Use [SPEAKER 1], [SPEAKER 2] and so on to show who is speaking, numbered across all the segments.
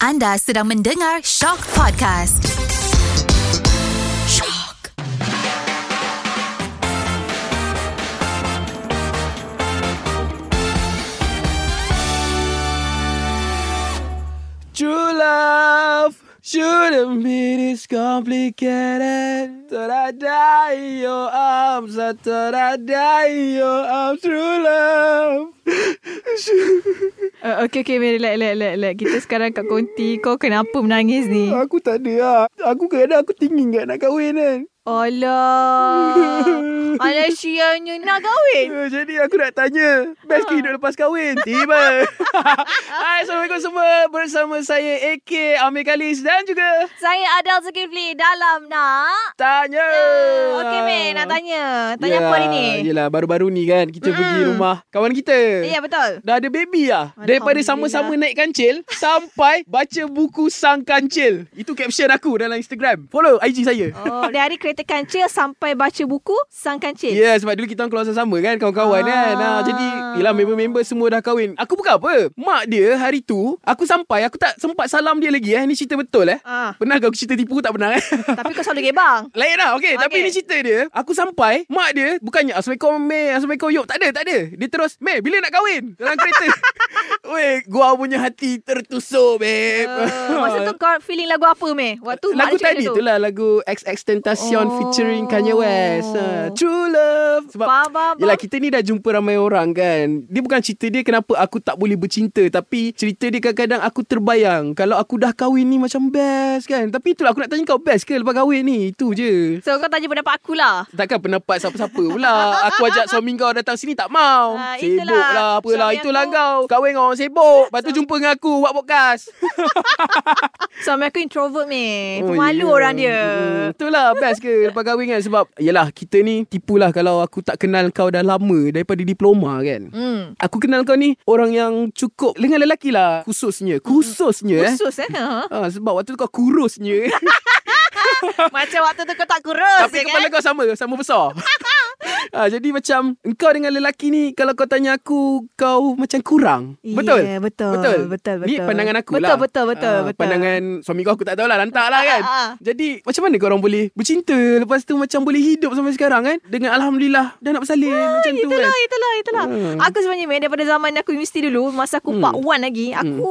[SPEAKER 1] Anda sedang mendengar Shock Podcast. Shock.
[SPEAKER 2] True love shouldn't be this complicated. Thought I'd die in your arms. I thought I'd die in your arms. True love.
[SPEAKER 3] Uh, okay, okay, Mary, relax, relax, relax, relax. Kita sekarang kat konti. Kau kenapa menangis ni?
[SPEAKER 2] Aku tak ada lah. Aku kadang aku tinggi kat nak kahwin kan.
[SPEAKER 3] Alah.
[SPEAKER 2] Ah,
[SPEAKER 3] Alah, sianya nak kahwin.
[SPEAKER 2] Eh, Jadi aku nak tanya Best ke hidup lepas kahwin Tiba Ah. Hai Assalamualaikum semua Bersama saya AK Amir Kalis Dan juga
[SPEAKER 3] Saya Adel Zulkifli dalam nak...
[SPEAKER 2] Tanya
[SPEAKER 3] Okay, Mary, nak tanya. Tanya apa hari ni?
[SPEAKER 2] Ya, Yelah baru-baru ni kan Kita mm. pergi rumah Kawan kita
[SPEAKER 3] Ya, betul.
[SPEAKER 2] Dah ada baby lah Daripada sama-sama naik kancil Sampai baca buku Sang Kancil Itu caption aku dalam Instagram Follow IG saya
[SPEAKER 3] Oh, dari kereta kancil sampai baca buku Sang Kancil.
[SPEAKER 2] Ya yeah, sebab dulu kita orang keluar sama-sama kan Kawan-kawan
[SPEAKER 3] Ah.
[SPEAKER 2] kan ha, Jadi Yelah member-member semua dah kahwin Aku bukan apa Mak dia hari tu Aku sampai Aku tak sempat salam dia lagi eh Ni cerita betul eh
[SPEAKER 3] Ah.
[SPEAKER 2] Pernah ke aku cerita tipu Tak pernah eh
[SPEAKER 3] Tapi kau selalu gebang.
[SPEAKER 2] Lain lah okay, okay. Tapi
[SPEAKER 3] Okey.
[SPEAKER 2] ni cerita dia Aku sampai Mak dia Bukannya Assalamualaikum Mei Assalamualaikum Yok Tak ada tak ada Dia terus Mei bila nak kahwin Dalam kereta Weh Gua punya hati tertusuk babe
[SPEAKER 3] Uh, masa tu kau feeling lagu apa, Mei? Waktu
[SPEAKER 2] Eh, Lagu
[SPEAKER 3] mak dia cakap
[SPEAKER 2] tadi
[SPEAKER 3] macam
[SPEAKER 2] tu lah Lagu XX Tentacion
[SPEAKER 3] Oh.
[SPEAKER 2] oh. Featuring Kanye West ha, True Love Sebab
[SPEAKER 3] Faham, faham,
[SPEAKER 2] Yelah
[SPEAKER 3] faham.
[SPEAKER 2] kita ni dah jumpa ramai orang kan Dia bukan cerita dia Kenapa aku tak boleh bercinta Tapi cerita dia kadang-kadang Aku terbayang Kalau aku dah kahwin ni Macam best kan Tapi itulah aku nak tanya kau Best ke lepas kahwin ni Itu je
[SPEAKER 3] So, kau tanya pendapat lah. akulah.
[SPEAKER 2] Takkan pendapat siapa-siapa pula Aku ajak suami kau datang sini tak mau
[SPEAKER 3] Ah,
[SPEAKER 2] Sibuk
[SPEAKER 3] itulah.
[SPEAKER 2] lah apalah
[SPEAKER 3] Suami
[SPEAKER 2] Itulah
[SPEAKER 3] aku-
[SPEAKER 2] kau Kahwin dengan orang sibuk Lepas tu jumpa dengan aku Buat podcast
[SPEAKER 3] Suami aku introvert meh.
[SPEAKER 2] Oh,
[SPEAKER 3] Eh, Pemalu
[SPEAKER 2] ya.
[SPEAKER 3] orang dia.
[SPEAKER 2] Hmm, Itulah best ke Lepas kahwin kan Sebab Yelah kita ni Tipulah kalau aku tak kenal kau dah lama Daripada diploma kan
[SPEAKER 3] Hmm.
[SPEAKER 2] Aku kenal kau ni Orang yang cukup Dengan lelaki lah Khususnya Khususnya eh
[SPEAKER 3] Khusus eh. Ha?
[SPEAKER 2] Ha, sebab waktu tu kau kurusnya
[SPEAKER 3] Macam waktu tu kau tak kurus
[SPEAKER 2] Tapi
[SPEAKER 3] ya
[SPEAKER 2] kepala
[SPEAKER 3] kan?
[SPEAKER 2] kau sama Sama besar ha, Jadi macam Engkau dengan lelaki ni Kalau kau tanya aku Kau macam kurang Betul?
[SPEAKER 3] Ya, betul,
[SPEAKER 2] Betul
[SPEAKER 3] betul,
[SPEAKER 2] Ni
[SPEAKER 3] betul.
[SPEAKER 2] pandangan aku
[SPEAKER 3] Betul,
[SPEAKER 2] lah
[SPEAKER 3] betul, betul,
[SPEAKER 2] Ah,
[SPEAKER 3] betul.
[SPEAKER 2] Pandangan suami kau aku tak tahulah Lantak lah kan
[SPEAKER 3] Ah, ah.
[SPEAKER 2] Jadi macam mana korang boleh Bercinta Lepas tu macam boleh hidup Sampai sekarang kan Dengan Alhamdulillah Dah nak bersalin Macam tu
[SPEAKER 3] Ah, Itulah,
[SPEAKER 2] kan
[SPEAKER 3] itulah, itulah.
[SPEAKER 2] Hmm.
[SPEAKER 3] Aku sebenarnya meh daripada zaman aku universiti dulu, masa aku part 1 lagi,
[SPEAKER 2] Hmm.
[SPEAKER 3] aku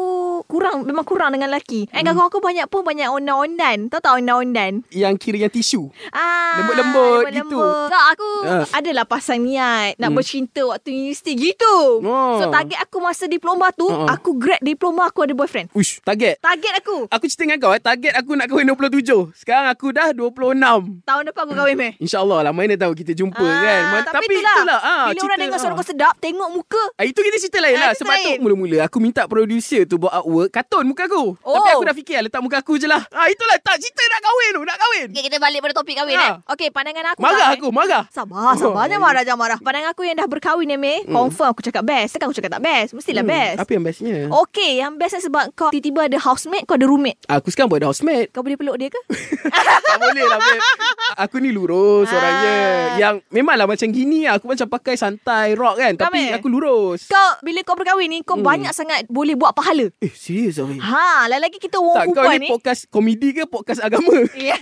[SPEAKER 3] kurang memang kurang dengan lelaki. Eh kawan aku banyak pun banyak ondan-ondan. Tahu tak ondan-ondan?
[SPEAKER 2] Yang kira yang tisu
[SPEAKER 3] Ah,
[SPEAKER 2] Lembut-lembut gitu.
[SPEAKER 3] Tak, aku
[SPEAKER 2] Ah.
[SPEAKER 3] adalah pasang niat nak
[SPEAKER 2] Hmm.
[SPEAKER 3] bercinta waktu universiti gitu.
[SPEAKER 2] Oh.
[SPEAKER 3] So target aku masa diploma tu,
[SPEAKER 2] Ah, ah.
[SPEAKER 3] aku grad diploma aku ada boyfriend.
[SPEAKER 2] Uish target
[SPEAKER 3] Target aku
[SPEAKER 2] Aku cerita dengan kau eh Target aku nak kahwin 27 Sekarang aku dah 26
[SPEAKER 3] Tahun depan aku kahwin meh
[SPEAKER 2] InsyaAllah lah Mana tahu kita jumpa kan Ma-
[SPEAKER 3] Ah, tapi, itulah,
[SPEAKER 2] ah,
[SPEAKER 3] Bila orang
[SPEAKER 2] cerita-
[SPEAKER 3] dengar suara
[SPEAKER 2] ah.
[SPEAKER 3] kau sedap Tengok muka
[SPEAKER 2] Ah, itu kita cerita lain
[SPEAKER 3] Ah,
[SPEAKER 2] lah
[SPEAKER 3] cerita
[SPEAKER 2] Sebab tu
[SPEAKER 3] lain.
[SPEAKER 2] mula-mula Aku minta producer tu Buat artwork Kartun muka aku
[SPEAKER 3] Oh.
[SPEAKER 2] Tapi aku dah fikir Letak muka aku je lah ah, Itulah tak cerita nak kahwin tu Nak kahwin
[SPEAKER 3] Okay, kita balik pada topik kahwin
[SPEAKER 2] Ha.
[SPEAKER 3] eh. Okey, pandangan aku
[SPEAKER 2] Marah
[SPEAKER 3] kahwin.
[SPEAKER 2] aku Oh. marah
[SPEAKER 3] Sabar, sabar. Jangan marah, jangan marah. Pandangan aku yang dah berkahwin ni, Meh. Confirm aku cakap best. Takkan aku cakap tak best. Mestilah best.
[SPEAKER 2] Hmm. Apa yang bestnya lah, oh.
[SPEAKER 3] Okey, yang best ni sebab kau tiba-tiba ada housemate, kau ada roommate.
[SPEAKER 2] Aku sekarang buat housemate
[SPEAKER 3] Kau boleh peluk dia ke?
[SPEAKER 2] Tak boleh lah babe. Aku ni lurus
[SPEAKER 3] Ah.
[SPEAKER 2] orangnya Yang memanglah macam gini lah. Aku macam pakai santai rock kan Tapi
[SPEAKER 3] Ramai.
[SPEAKER 2] aku lurus
[SPEAKER 3] kau, bila kau berkahwin ni,
[SPEAKER 2] Hmm.
[SPEAKER 3] kau banyak sangat boleh buat pahala.
[SPEAKER 2] Eh serius lah babe.
[SPEAKER 3] Ha, lagi kita orang
[SPEAKER 2] Tak kau
[SPEAKER 3] perempuan
[SPEAKER 2] ni
[SPEAKER 3] ni.
[SPEAKER 2] podcast komedi ke podcast agama
[SPEAKER 3] Ya.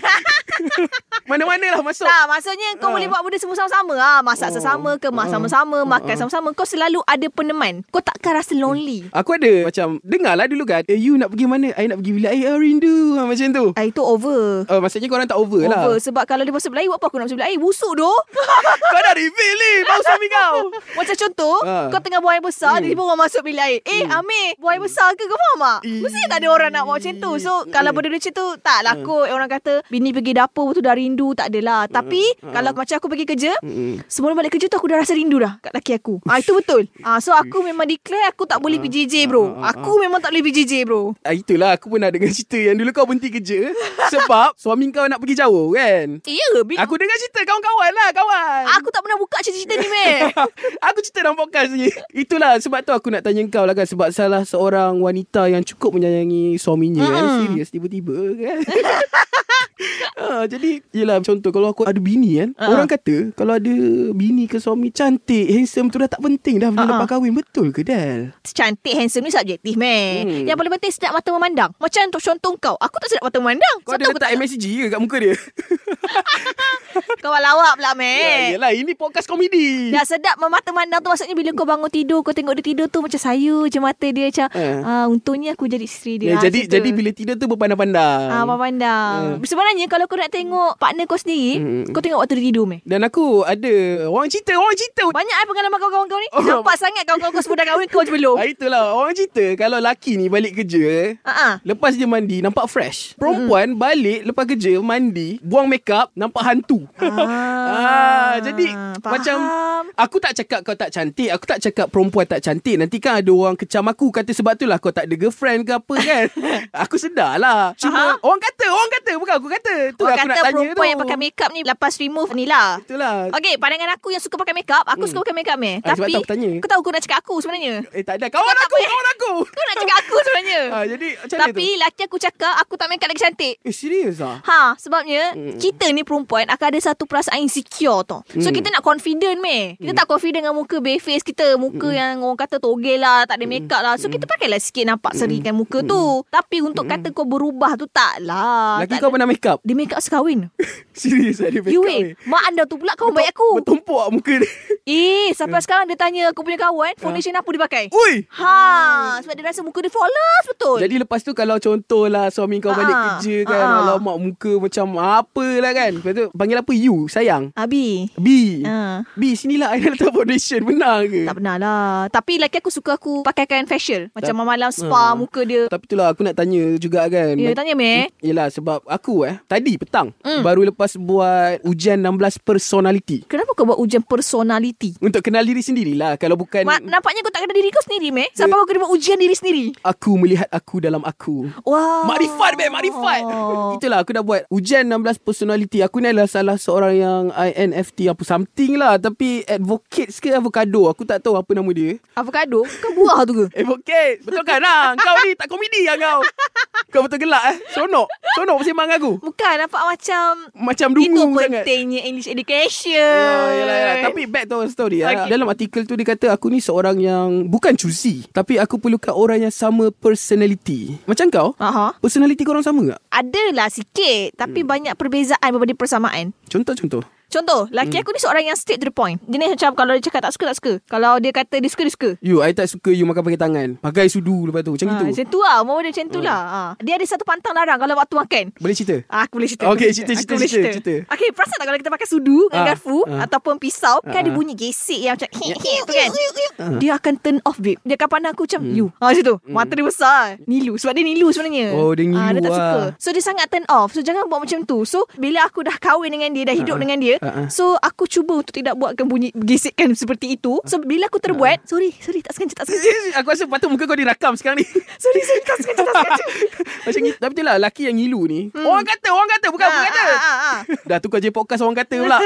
[SPEAKER 2] Mana-mana lah masuk
[SPEAKER 3] Tak, maksudnya kau
[SPEAKER 2] Ah.
[SPEAKER 3] boleh buat benda semua sama-sama. Ah, masak
[SPEAKER 2] Oh.
[SPEAKER 3] sesama ke,
[SPEAKER 2] Ah.
[SPEAKER 3] masak sama-sama, makan
[SPEAKER 2] Ah.
[SPEAKER 3] sama-sama. Kau selalu ada peneman. Kau takkan rasa lonely.
[SPEAKER 2] Aku ada macam Dengar lah dulu kan eh, You nak pergi mana I nak pergi bila I, I rindu ha, Macam tu
[SPEAKER 3] Ah, itu over.
[SPEAKER 2] uh, Maksudnya korang tak over, lah
[SPEAKER 3] Over sebab kalau dia masuk belair buat apa aku nak masuk belair busuk doh.
[SPEAKER 2] Kau dah reveal ni Bau suami kau
[SPEAKER 3] Macam contoh
[SPEAKER 2] Ah.
[SPEAKER 3] kau tengah buang air besar hmm. tiba-tiba orang masuk bilik air. Eh hmm. Amir buang air besar ke kau faham tak?
[SPEAKER 2] Ih. Hmm.
[SPEAKER 3] Mesti tak ada orang nak buat macam tu. So kalau benda macam tu tak lah kot orang kata bini pergi dapur tu dah rindu tak adalah.
[SPEAKER 2] Hmm.
[SPEAKER 3] Tapi kalau macam aku pergi kerja
[SPEAKER 2] Mm-mm.
[SPEAKER 3] Sebelum balik kerja tu aku dah rasa rindu dah kat laki aku. Ah itu betul. Ah so aku memang declare aku tak boleh PJJ bro.
[SPEAKER 2] Ah, ah,
[SPEAKER 3] Aku memang tak boleh PJJ bro.
[SPEAKER 2] ah, Itulah aku pernah dengar cerita Yang dulu kau berhenti kerja Sebab suami kau nak pergi jauh kan
[SPEAKER 3] Ya ke? Bila
[SPEAKER 2] Aku dengar cerita kawan-kawan lah kawan
[SPEAKER 3] aku tak pernah buka cerita-cerita ni meh.
[SPEAKER 2] aku cerita dalam podcast ni Itulah sebab tu aku nak tanya kau lah kan Sebab salah seorang wanita yang cukup menyayangi suaminya mm. kan Serius tiba-tiba kan Ha, jadi Yelah contoh Kalau aku ada bini kan
[SPEAKER 3] Ha.
[SPEAKER 2] uh-huh. Orang kata Kalau ada bini ke suami Cantik Handsome tu dah tak penting Dah benda
[SPEAKER 3] Ha, ha.
[SPEAKER 2] uh-huh. lepas kahwin Betul ke Del?
[SPEAKER 3] Cantik handsome ni subjektif meh. Hmm.
[SPEAKER 2] Hmm.
[SPEAKER 3] Yang paling penting sedap mata memandang. Macam tu contoh kau, aku tak sedap mata memandang.
[SPEAKER 2] Kau ada
[SPEAKER 3] Contoh aku
[SPEAKER 2] letak MSG ke kat muka dia?
[SPEAKER 3] tak- kau lawak pula meh.
[SPEAKER 2] Eh. Yelah ini podcast komedi
[SPEAKER 3] Dah sedap mata memandang tu maksudnya bila kau bangun tidur kau tengok dia tidur tu macam sayu je mata dia macam
[SPEAKER 2] Eh.
[SPEAKER 3] ah untungnya aku jadi isteri
[SPEAKER 2] Ya,
[SPEAKER 3] dia. Ah,
[SPEAKER 2] jadi
[SPEAKER 3] macam tu.
[SPEAKER 2] jadi bila tidur tu berpandang-pandang.
[SPEAKER 3] Ah, pandang. Hmm. Sebenarnya kalau kau nak tengok partner kau sendiri, hmm.
[SPEAKER 2] Hmm.
[SPEAKER 3] kau tengok waktu dia tidur meh.
[SPEAKER 2] Dan aku ada orang cerita, orang cerita.
[SPEAKER 3] Banyak eh pengalaman kawan-kawan kau ni.
[SPEAKER 2] Oh.
[SPEAKER 3] Nampak sangat kawan-kawan kau semua dah kahwin kau je belum.
[SPEAKER 2] Ah, itulah orang cerita kalau laki ni balik kerja eh,
[SPEAKER 3] Ha ah.
[SPEAKER 2] Lepas dia mandi Nampak fresh
[SPEAKER 3] Hmm.
[SPEAKER 2] Perempuan balik Lepas kerja Mandi Buang make up Nampak hantu
[SPEAKER 3] Ah,
[SPEAKER 2] ah, Jadi
[SPEAKER 3] faham.
[SPEAKER 2] Macam Aku tak cakap kau tak cantik Aku tak cakap perempuan tak cantik Nanti kan ada orang kecam aku Kata sebab tu lah Kau tak ada girlfriend ke apa kan Aku sedar lah Cuma
[SPEAKER 3] Faham.
[SPEAKER 2] Orang kata Orang kata Bukan aku kata Tu
[SPEAKER 3] Orang
[SPEAKER 2] lah aku nak
[SPEAKER 3] kata
[SPEAKER 2] tanya
[SPEAKER 3] perempuan
[SPEAKER 2] tu
[SPEAKER 3] yang pakai makeup ni lepas remove ni lah.
[SPEAKER 2] Itulah
[SPEAKER 3] Okey, pandangan aku yang suka pakai makeup, aku suka pakai makeup meh.
[SPEAKER 2] Ah, sebab
[SPEAKER 3] Tapi
[SPEAKER 2] tu aku tanya.
[SPEAKER 3] kau tahu kau nak cakap aku sebenarnya.
[SPEAKER 2] Eh tak ada Kawan
[SPEAKER 3] tak
[SPEAKER 2] aku
[SPEAKER 3] payah.
[SPEAKER 2] Kawan aku
[SPEAKER 3] Kau nak cakap aku sebenarnya.
[SPEAKER 2] ah, Jadi macam mana
[SPEAKER 3] Tapi laki aku cakap aku tak makeup lagi cantik.
[SPEAKER 2] tu Eh serius lah
[SPEAKER 3] Ha, sebabnya hmm. kita ni perempuan akan ada satu perasaan insecure tau. So hmm.
[SPEAKER 2] Hmm.
[SPEAKER 3] kita nak confident meh. Kita hmm. tak confident dengan muka bare face kita, muka hmm. yang orang kata togel lah, tak ada makeup lah. So hmm. kita pakailah sikit nampak serikan muka tu. Tapi untuk kata kau berubah tu tak lah.
[SPEAKER 2] Laki
[SPEAKER 3] tak
[SPEAKER 2] kau
[SPEAKER 3] ada.
[SPEAKER 2] pernah make up
[SPEAKER 3] dia make up sekawin.
[SPEAKER 2] Serius lah dia make
[SPEAKER 3] You
[SPEAKER 2] up
[SPEAKER 3] eh.
[SPEAKER 2] ni
[SPEAKER 3] Mak anda tu pula kau baik aku.
[SPEAKER 2] Bertumpuk lah muka dia
[SPEAKER 3] Eh, sampai
[SPEAKER 2] Hmm.
[SPEAKER 3] sekarang dia tanya aku punya kawan,
[SPEAKER 2] Ha.
[SPEAKER 3] foundation apa dia pakai?
[SPEAKER 2] Ui
[SPEAKER 3] Ha, sebab dia rasa muka dia flawless betul.
[SPEAKER 2] Oh.
[SPEAKER 3] Ah,
[SPEAKER 2] Jadi lepas tu kalau contohlah suami kau balik
[SPEAKER 3] Ha-ha.
[SPEAKER 2] kerja kan
[SPEAKER 3] Ha-ha.
[SPEAKER 2] Alamak muka macam apalah kan Lepas tu panggil apa you sayang
[SPEAKER 3] Abi.
[SPEAKER 2] B
[SPEAKER 3] Ha.
[SPEAKER 2] B sinilah I nak letak foundation benar ke
[SPEAKER 3] Tak pernah lah Tapi lelaki aku suka aku Pakaikan facial Macam
[SPEAKER 2] Tapi-
[SPEAKER 3] malam-malam spa
[SPEAKER 2] Ha.
[SPEAKER 3] Muka dia
[SPEAKER 2] Tapi itulah aku nak tanya juga kan
[SPEAKER 3] Ya tanya meh
[SPEAKER 2] Yelah sebab aku eh Tadi petang
[SPEAKER 3] Hmm.
[SPEAKER 2] Baru lepas buat ujian 16 personality
[SPEAKER 3] Kenapa kau buat ujian personality?
[SPEAKER 2] Untuk kenal diri sendirilah Kalau bukan
[SPEAKER 3] Ma- nampaknya kau tak kenal diri kau sendiri meh Sampai kau kena buat ujian diri sendiri
[SPEAKER 2] Aku melihat aku dalam aku
[SPEAKER 3] Wah
[SPEAKER 2] Makrifat babe Makrifat
[SPEAKER 3] Oh.
[SPEAKER 2] Itulah aku dah buat Ujian 16 personality Aku ni adalah salah seorang yang INFT Apa something lah Tapi advocates ke avocado Aku tak tahu apa nama dia
[SPEAKER 3] Avocado Kan buah tu ke?
[SPEAKER 2] Advocate Betul kan lah Kau ni tak komedi lah kau Kau betul gelak eh Sonok Sonok bersembang dengan aku
[SPEAKER 3] Bukan nampak macam
[SPEAKER 2] Macam
[SPEAKER 3] Itu
[SPEAKER 2] dungu sangat
[SPEAKER 3] pentingnya English education
[SPEAKER 2] Oh, yelah, yelah. Tapi back to our story
[SPEAKER 3] Okay.
[SPEAKER 2] okay. Dalam artikel tu dia kata Aku ni seorang yang Bukan choosy Tapi aku perlukan orang yang sama personality Macam kau
[SPEAKER 3] Aha.
[SPEAKER 2] Personality korang sama tak?
[SPEAKER 3] Adalah sikit Tapi
[SPEAKER 2] Hmm.
[SPEAKER 3] banyak perbezaan Berbanding persamaan
[SPEAKER 2] Contoh-contoh
[SPEAKER 3] Contoh Laki
[SPEAKER 2] Hmm.
[SPEAKER 3] aku ni seorang yang Straight to the point Jenis macam Kalau dia cakap tak suka tak suka Kalau dia kata dia suka dia suka
[SPEAKER 2] You, I tak suka you makan pakai tangan. Pakai sudu lepas tu. Macam ha,
[SPEAKER 3] ha,
[SPEAKER 2] itu.
[SPEAKER 3] Macam tu lah Mau dia macam tu lah ha. Dia ada satu pantang larang Kalau waktu makan
[SPEAKER 2] Boleh cerita?
[SPEAKER 3] Ah, Aku boleh
[SPEAKER 2] Okey,
[SPEAKER 3] cerita aku boleh
[SPEAKER 2] cerita, cerita,
[SPEAKER 3] aku boleh
[SPEAKER 2] cerita, cerita.
[SPEAKER 3] Okay perasan tak Kalau kita pakai sudu Dengan
[SPEAKER 2] Ah,
[SPEAKER 3] garfu
[SPEAKER 2] ah.
[SPEAKER 3] Ataupun pisau
[SPEAKER 2] Ah,
[SPEAKER 3] Kan
[SPEAKER 2] ya,
[SPEAKER 3] dia
[SPEAKER 2] ah.
[SPEAKER 3] bunyi gesek Yang macam tu kan Dia akan turn off babe Dia akan pandang aku
[SPEAKER 2] Hmm.
[SPEAKER 3] macam You ha, Macam tu Mata dia besar Nilu Sebab dia nilu sebenarnya
[SPEAKER 2] Oh, dia
[SPEAKER 3] Ah, Dia
[SPEAKER 2] ngilu
[SPEAKER 3] tak
[SPEAKER 2] lah.
[SPEAKER 3] suka So dia sangat turn off So jangan buat macam tu So bila aku dah kahwin dengan dia Dah hidup dengan dia
[SPEAKER 2] Ah, ah.
[SPEAKER 3] So aku cuba untuk tidak buatkan bunyi Gesekkan seperti itu So bila aku
[SPEAKER 2] Ah.
[SPEAKER 3] terbuat Sorry sorry tak sengaja tak sengaja
[SPEAKER 2] Aku rasa patut muka kau dirakam sekarang ni.
[SPEAKER 3] Sorry sorry tak sengaja tak sengaja
[SPEAKER 2] Macam gitu. Tapi betul lah, laki yang ngilu ni. Hmm. Orang kata, orang kata. Bukan,
[SPEAKER 3] Ah,
[SPEAKER 2] orang kata.
[SPEAKER 3] ah, ah, ah.
[SPEAKER 2] Dah tu kau je podcast orang kata pula.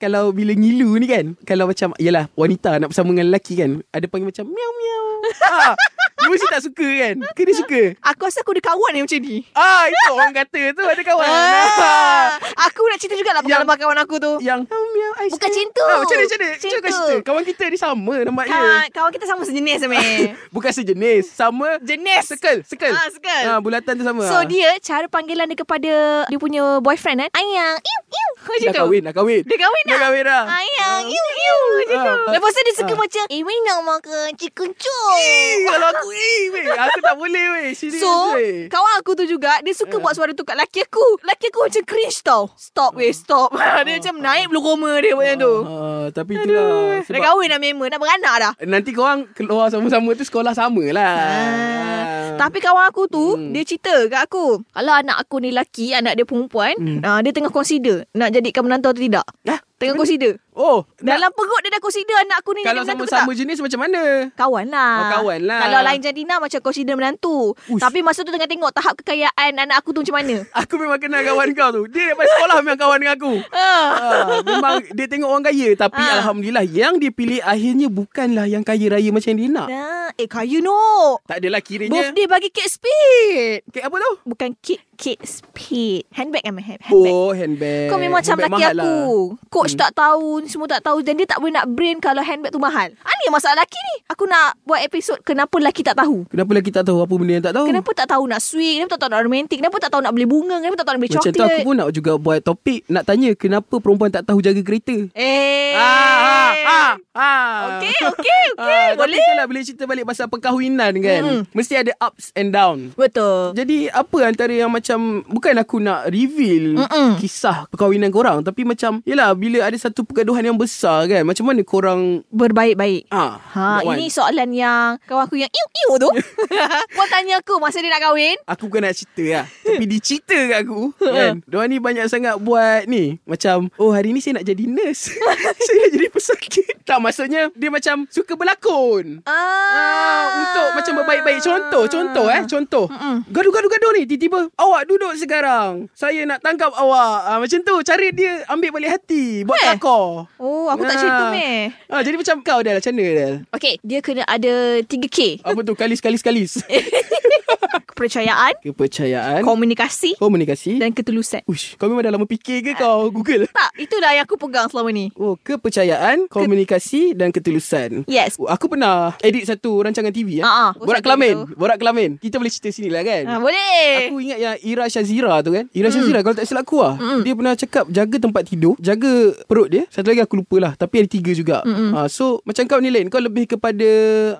[SPEAKER 2] kalau bila ngilu ni kan. Kalau macam, yelah wanita nak bersama dengan lelaki kan. Ada panggil macam miau miau. ha, dia mesti tak suka kan. Ke dia suka?
[SPEAKER 3] Aku rasa aku ada kawan yang macam ni
[SPEAKER 2] Ah, itu orang kata tu ada kawan.
[SPEAKER 3] Ah, aku nak cerita jugalah
[SPEAKER 2] Yang-
[SPEAKER 3] pengalaman kawan aku tu.
[SPEAKER 2] Ah, yang miau miau. I
[SPEAKER 3] Bukan
[SPEAKER 2] say.
[SPEAKER 3] macam tu.
[SPEAKER 2] Ah, macam mana, macam mana?
[SPEAKER 3] Macam
[SPEAKER 2] Cuba kau
[SPEAKER 3] tu.
[SPEAKER 2] cerita. Kawan kita ni sama nampaknya.
[SPEAKER 3] Kawan, kawan kita sama sejenis meh.
[SPEAKER 2] Bukan sejenis Sama
[SPEAKER 3] Jenis.
[SPEAKER 2] Circle Circle
[SPEAKER 3] Ah, circle.
[SPEAKER 2] ah, Bulatan tu sama
[SPEAKER 3] So
[SPEAKER 2] Ah.
[SPEAKER 3] dia cara panggilan dia kepada dia punya boyfriend eh. Ayang, iu iu. Macam
[SPEAKER 2] Dah
[SPEAKER 3] tu.
[SPEAKER 2] kahwin Dah kahwin
[SPEAKER 3] Dia kahwin lah? Ah,
[SPEAKER 2] Dah
[SPEAKER 3] ya, dah.
[SPEAKER 2] kahwin lah. Ah. dah
[SPEAKER 3] Ayang, iu iu. Macam tu.
[SPEAKER 2] Ah.
[SPEAKER 3] Lepas tu dia suka
[SPEAKER 2] Ah.
[SPEAKER 3] macam, "Eh, we nak makan chicken chop."
[SPEAKER 2] Eh, Kalau aku Eh weh Aku tak boleh weh Serius
[SPEAKER 3] So
[SPEAKER 2] weh
[SPEAKER 3] Kawan aku tu juga Dia
[SPEAKER 2] Ah.
[SPEAKER 3] suka buat suara tu Kat laki aku Laki aku macam cringe tau Stop weh stop Dia macam naik bulu roma dia Macam tu
[SPEAKER 2] ah, Tapi itulah
[SPEAKER 3] Dah
[SPEAKER 2] Sebab
[SPEAKER 3] kahwin dah member Dah beranak dah
[SPEAKER 2] Nanti korang keluar sama-sama tu sekolah sama lah.
[SPEAKER 3] Ah. Tapi kawan aku tu hmm. Dia cerita kat aku Kalau anak aku ni lelaki Anak dia perempuan hmm. uh, Dia tengah consider Nak jadikan menantu atau tidak
[SPEAKER 2] Hah?
[SPEAKER 3] Tengah consider
[SPEAKER 2] Oh, nak-
[SPEAKER 3] Dalam perut dia dah consider Anak aku ni
[SPEAKER 2] kalau
[SPEAKER 3] jadi menantu
[SPEAKER 2] sama-sama
[SPEAKER 3] ke tak
[SPEAKER 2] jenis macam mana?
[SPEAKER 3] Kawan lah
[SPEAKER 2] Oh, kawan lah.
[SPEAKER 3] Kalau lain jantina Macam consider menantu Ush.
[SPEAKER 2] Ush.
[SPEAKER 3] Tapi masa tu tengah tengok Tahap kekayaan anak aku tu macam mana
[SPEAKER 2] Aku memang kenal kawan kau tu. Dia daripada sekolah memang kawan dengan aku.
[SPEAKER 3] Ah.
[SPEAKER 2] Ah, memang dia tengok orang kaya tapi
[SPEAKER 3] Ah.
[SPEAKER 2] alhamdulillah yang dia pilih akhirnya bukanlah yang kaya raya macam yang dia nak.
[SPEAKER 3] Nah, eh kaya no
[SPEAKER 2] Tak adalah kiranya
[SPEAKER 3] Birthday bagi kek speed
[SPEAKER 2] Kek apa tu?
[SPEAKER 3] Bukan kek Kate Spade Handbag kan hand- handbag
[SPEAKER 2] Oh handbag
[SPEAKER 3] Kau memang macam
[SPEAKER 2] Handbag
[SPEAKER 3] laki
[SPEAKER 2] mahal lah. Hmm.
[SPEAKER 3] aku Coach tak tahu ni Semua tak tahu Dan dia tak boleh nak brain Kalau handbag tu mahal Ini yang masalah laki ni Aku nak buat episod Kenapa laki tak tahu
[SPEAKER 2] Kenapa lelaki tak tahu Apa benda yang tak tahu
[SPEAKER 3] Kenapa tak tahu nak sweet Kenapa tak tahu nak romantik Kenapa tak tahu nak beli bunga Kenapa tak tahu nak beli
[SPEAKER 2] Macam
[SPEAKER 3] coklat
[SPEAKER 2] tu aku pun nak juga buat topik Nak tanya Kenapa perempuan tak tahu jaga kereta
[SPEAKER 3] Eh
[SPEAKER 2] ah.
[SPEAKER 3] Okay okay okay
[SPEAKER 2] Ah,
[SPEAKER 3] Boleh
[SPEAKER 2] Tapi kalau bila cerita balik Pasal perkahwinan kan
[SPEAKER 3] Mm-mm.
[SPEAKER 2] Mesti ada ups and down
[SPEAKER 3] Betul
[SPEAKER 2] Jadi apa antara yang macam Bukan aku nak reveal
[SPEAKER 3] Mm-mm.
[SPEAKER 2] Kisah perkahwinan korang Tapi macam Yelah bila ada satu pergaduhan yang besar kan Macam mana korang
[SPEAKER 3] Berbaik-baik
[SPEAKER 2] ah,
[SPEAKER 3] Ha,
[SPEAKER 2] that one.
[SPEAKER 3] ini soalan yang kawan aku yang iu-iu tu. Kau tanya aku masa dia nak kahwin.
[SPEAKER 2] Aku bukan nak cerita lah Tapi dia cerita kat aku kan? Diorang ni banyak sangat buat ni Macam Oh hari ni saya nak jadi nurse Saya nak jadi pesakit Tak maksudnya Dia macam suka berlakon
[SPEAKER 3] Ah,
[SPEAKER 2] Ah, untuk macam berbaik-baik Contoh Contoh eh Contoh Gaduh-gaduh-gaduh ni Tiba-tiba Awak duduk sekarang Saya nak tangkap awak ah, Macam tu Cara dia ambil balik hati Buat
[SPEAKER 3] Eh.
[SPEAKER 2] takor
[SPEAKER 3] Oh, aku tak
[SPEAKER 2] Ah.
[SPEAKER 3] cerita meh.
[SPEAKER 2] ah, Jadi macam kau dah Macam mana dah
[SPEAKER 3] Okay, dia kena ada 3K.
[SPEAKER 2] Apa tu Kalis-kalis-kalis
[SPEAKER 3] Eh. Kepercayaan,
[SPEAKER 2] Kepercayaan
[SPEAKER 3] komunikasi
[SPEAKER 2] Komunikasi
[SPEAKER 3] dan ketulusan.
[SPEAKER 2] Ush, kau memang dah lama fikir ke
[SPEAKER 3] Ah.
[SPEAKER 2] kau Google
[SPEAKER 3] Tak, itulah yang aku pegang selama ni.
[SPEAKER 2] Oh, kepercayaan, komunikasi dan ketulusan.
[SPEAKER 3] Yes.
[SPEAKER 2] Oh, Aku pernah edit satu rancangan TV eh.
[SPEAKER 3] Ah, ah. Oh,
[SPEAKER 2] Borak
[SPEAKER 3] satu
[SPEAKER 2] Kelamin.
[SPEAKER 3] tu.
[SPEAKER 2] Borak Kelamin. Kita boleh cerita sini lah kan.
[SPEAKER 3] Ha, boleh. Hmm.
[SPEAKER 2] Aku ingat yang Ira Shazira tu kan Ira Shazira kalau tak silap aku lah Dia pernah cakap Jaga tempat tidur Jaga perut dia Satu lagi aku lupa lah Tapi ada tiga juga
[SPEAKER 3] Hmm.
[SPEAKER 2] ha, So macam kau ni lain Kau lebih kepada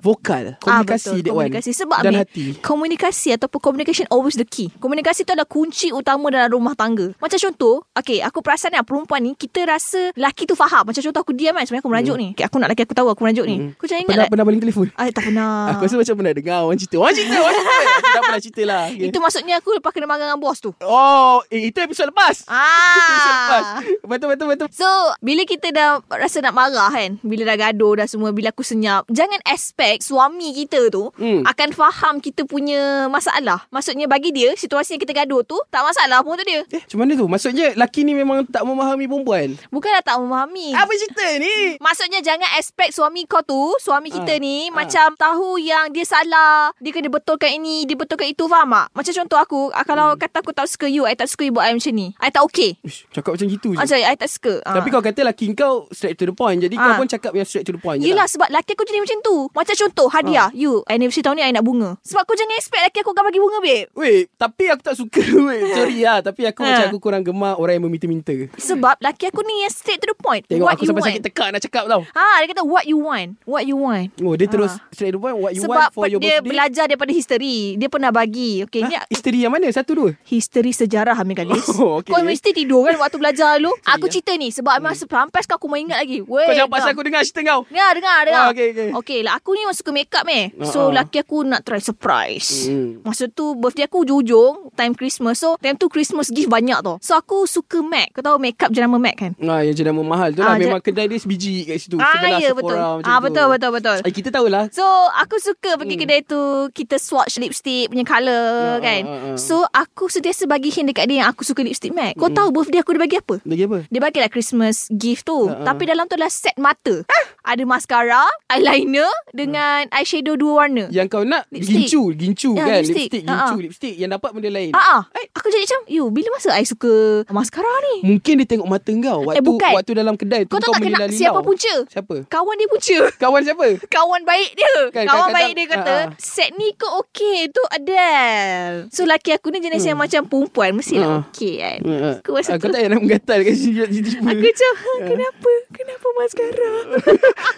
[SPEAKER 2] Vokal Komunikasi
[SPEAKER 3] Ah, betul.
[SPEAKER 2] that one.
[SPEAKER 3] komunikasi. Sebab
[SPEAKER 2] Dan
[SPEAKER 3] Amir,
[SPEAKER 2] hati
[SPEAKER 3] Komunikasi ataupun communication always the key Komunikasi tu adalah kunci utama dalam rumah tangga Macam contoh Okay aku perasan ni perempuan ni Kita rasa laki tu faham Macam contoh aku diam kan Sebenarnya aku merajuk ni okay, Aku nak laki aku tahu aku merajuk ni Aku macam ingat
[SPEAKER 2] Hmm. Pernah,
[SPEAKER 3] tak
[SPEAKER 2] pernah baling telefon
[SPEAKER 3] Ah, tak pernah
[SPEAKER 2] Aku rasa macam pernah dengar Orang cerita Orang cerita Orang cerita Aku tak pernah cerita lah okay.
[SPEAKER 3] Itu maksudnya aku lepas kena marah dengan bos tu
[SPEAKER 2] Oh eh, Itu episod lepas Episod lepas
[SPEAKER 3] Ah.
[SPEAKER 2] Betul betul betul
[SPEAKER 3] So Bila kita dah Rasa nak marah kan Bila dah gaduh dah semua Bila aku senyap Jangan expect Suami kita tu
[SPEAKER 2] Hmm.
[SPEAKER 3] Akan faham kita punya Masalah Maksudnya bagi dia Situasi yang kita gaduh tu Tak masalah pun untuk dia
[SPEAKER 2] Eh, macam mana tu? Maksudnya laki ni memang tak memahami perempuan.
[SPEAKER 3] Bukanlah tak memahami
[SPEAKER 2] Apa cerita ni?
[SPEAKER 3] Maksudnya jangan expect suami kau tu Suami kita
[SPEAKER 2] Ah,
[SPEAKER 3] ni
[SPEAKER 2] ah.
[SPEAKER 3] Macam tahu yang dia salah Dia kena betulkan ini Dia betulkan itu Faham tak? Macam contoh aku ah,
[SPEAKER 2] Hmm.
[SPEAKER 3] Kalau kata aku tak suka you I tak suka you buat I macam ni I tak okay
[SPEAKER 2] Ush, cakap macam gitu je.
[SPEAKER 3] Macam I tak suka Ah.
[SPEAKER 2] Hmm. Tapi kau kata laki kau straight to the point. Jadi
[SPEAKER 3] Ah.
[SPEAKER 2] kau pun cakap yang straight to the point je lah. Hmm.
[SPEAKER 3] Yelah sebab laki aku jadi macam tu Macam contoh hadiah You anniversary tahun ni I nak bunga Sebab kau jangan expect laki aku akan bagi bunga babe
[SPEAKER 2] Weh, tapi aku tak suka weh. Sorry lah. Tapi aku
[SPEAKER 3] Ha.
[SPEAKER 2] macam aku kurang gemar orang yang meminta-minta.
[SPEAKER 3] Sebab laki aku ni yang straight to the point
[SPEAKER 2] Tengok
[SPEAKER 3] What
[SPEAKER 2] aku
[SPEAKER 3] you
[SPEAKER 2] sampai
[SPEAKER 3] want
[SPEAKER 2] sakit tekak nak cakap tau.
[SPEAKER 3] Ha dia kata what you want What you want
[SPEAKER 2] Oh, dia terus
[SPEAKER 3] Ah.
[SPEAKER 2] straight to the point. What you
[SPEAKER 3] Sebab
[SPEAKER 2] want for
[SPEAKER 3] pe-
[SPEAKER 2] your
[SPEAKER 3] dia
[SPEAKER 2] birthday?
[SPEAKER 3] belajar daripada history Dia pernah bagi Okay ni
[SPEAKER 2] ha? Isteri yang mana? Satu dua?
[SPEAKER 3] History sejarah Amir Galis
[SPEAKER 2] Oh, okay.
[SPEAKER 3] Kau mesti tidur kan Waktu belajar dulu Aku
[SPEAKER 2] ya.
[SPEAKER 3] cerita ni Sebab hmm. masa sampai sekarang Aku main ingat lagi Weh,
[SPEAKER 2] Kau jangan
[SPEAKER 3] dengar.
[SPEAKER 2] pasal aku dengar cerita kau.
[SPEAKER 3] Dengar dengar dengar
[SPEAKER 2] Ah, okay, okay.
[SPEAKER 3] okay lah Aku ni memang suka make up eh
[SPEAKER 2] Ah, ah.
[SPEAKER 3] So laki aku nak try surprise
[SPEAKER 2] Hmm.
[SPEAKER 3] Masa tu birthday aku hujung-hujung Time Christmas So time tu Christmas gift banyak tau So aku suka MAC Kau tahu make up jenama MAC kan
[SPEAKER 2] Nah, yang jenama mahal tu lah.
[SPEAKER 3] Ah,
[SPEAKER 2] memang kedai dia sebiji kat situ. Sebelah
[SPEAKER 3] ya,
[SPEAKER 2] Sephora
[SPEAKER 3] betul.
[SPEAKER 2] macam
[SPEAKER 3] Ah
[SPEAKER 2] tu.
[SPEAKER 3] betul betul betul.
[SPEAKER 2] Eh, Kita tahulah.
[SPEAKER 3] So aku suka pergi kedai tu Kita swatch lipstick punya
[SPEAKER 2] Ah,
[SPEAKER 3] colour kan
[SPEAKER 2] Hmm. ah, ah, ah.
[SPEAKER 3] So aku sentiasa bagi hint dekat dia Yang aku suka lipstick MAC
[SPEAKER 2] Hmm.
[SPEAKER 3] Kau tahu birthday aku dia bagi apa?
[SPEAKER 2] Lagi apa?
[SPEAKER 3] Dia bagilah Christmas gift tu
[SPEAKER 2] Ha, ha.
[SPEAKER 3] Tapi dalam tu adalah set mata Ada mascara Eyeliner
[SPEAKER 2] Hmm.
[SPEAKER 3] Dengan eyeshadow dua warna
[SPEAKER 2] Yang kau nak
[SPEAKER 3] Lipstick.
[SPEAKER 2] Gincu Gincu
[SPEAKER 3] Ya,
[SPEAKER 2] kan
[SPEAKER 3] lipstick.
[SPEAKER 2] Lipstick, Gincu
[SPEAKER 3] Ha-ha.
[SPEAKER 2] Lipstick Yang dapat benda lain
[SPEAKER 3] Ah, ah. Aku jadi macam You bila masa I suka Mascara ni
[SPEAKER 2] Mungkin dia tengok mata kau Waktu,
[SPEAKER 3] Eh, bukan.
[SPEAKER 2] waktu dalam kedai tu
[SPEAKER 3] Kau tahu tak kena
[SPEAKER 2] melilau-lilau.
[SPEAKER 3] Siapa punca
[SPEAKER 2] Siapa
[SPEAKER 3] Kawan dia punca
[SPEAKER 2] Kawan siapa
[SPEAKER 3] Kawan baik dia
[SPEAKER 2] Kan,
[SPEAKER 3] Kawan
[SPEAKER 2] kadang-kadang-
[SPEAKER 3] baik dia kata
[SPEAKER 2] Ah, ah.
[SPEAKER 3] Set ni ke okey Tu Adele So laki aku ni jenis yang macam perempuan
[SPEAKER 2] Ah.
[SPEAKER 3] Mestilah okey kan
[SPEAKER 2] Hmm,
[SPEAKER 3] Aku rasa
[SPEAKER 2] Aku Ah,
[SPEAKER 3] tu
[SPEAKER 2] tak payah nak menggatal kat sini tiba-tiba.
[SPEAKER 3] Aku macam "Ha, Kenapa Kenapa mascara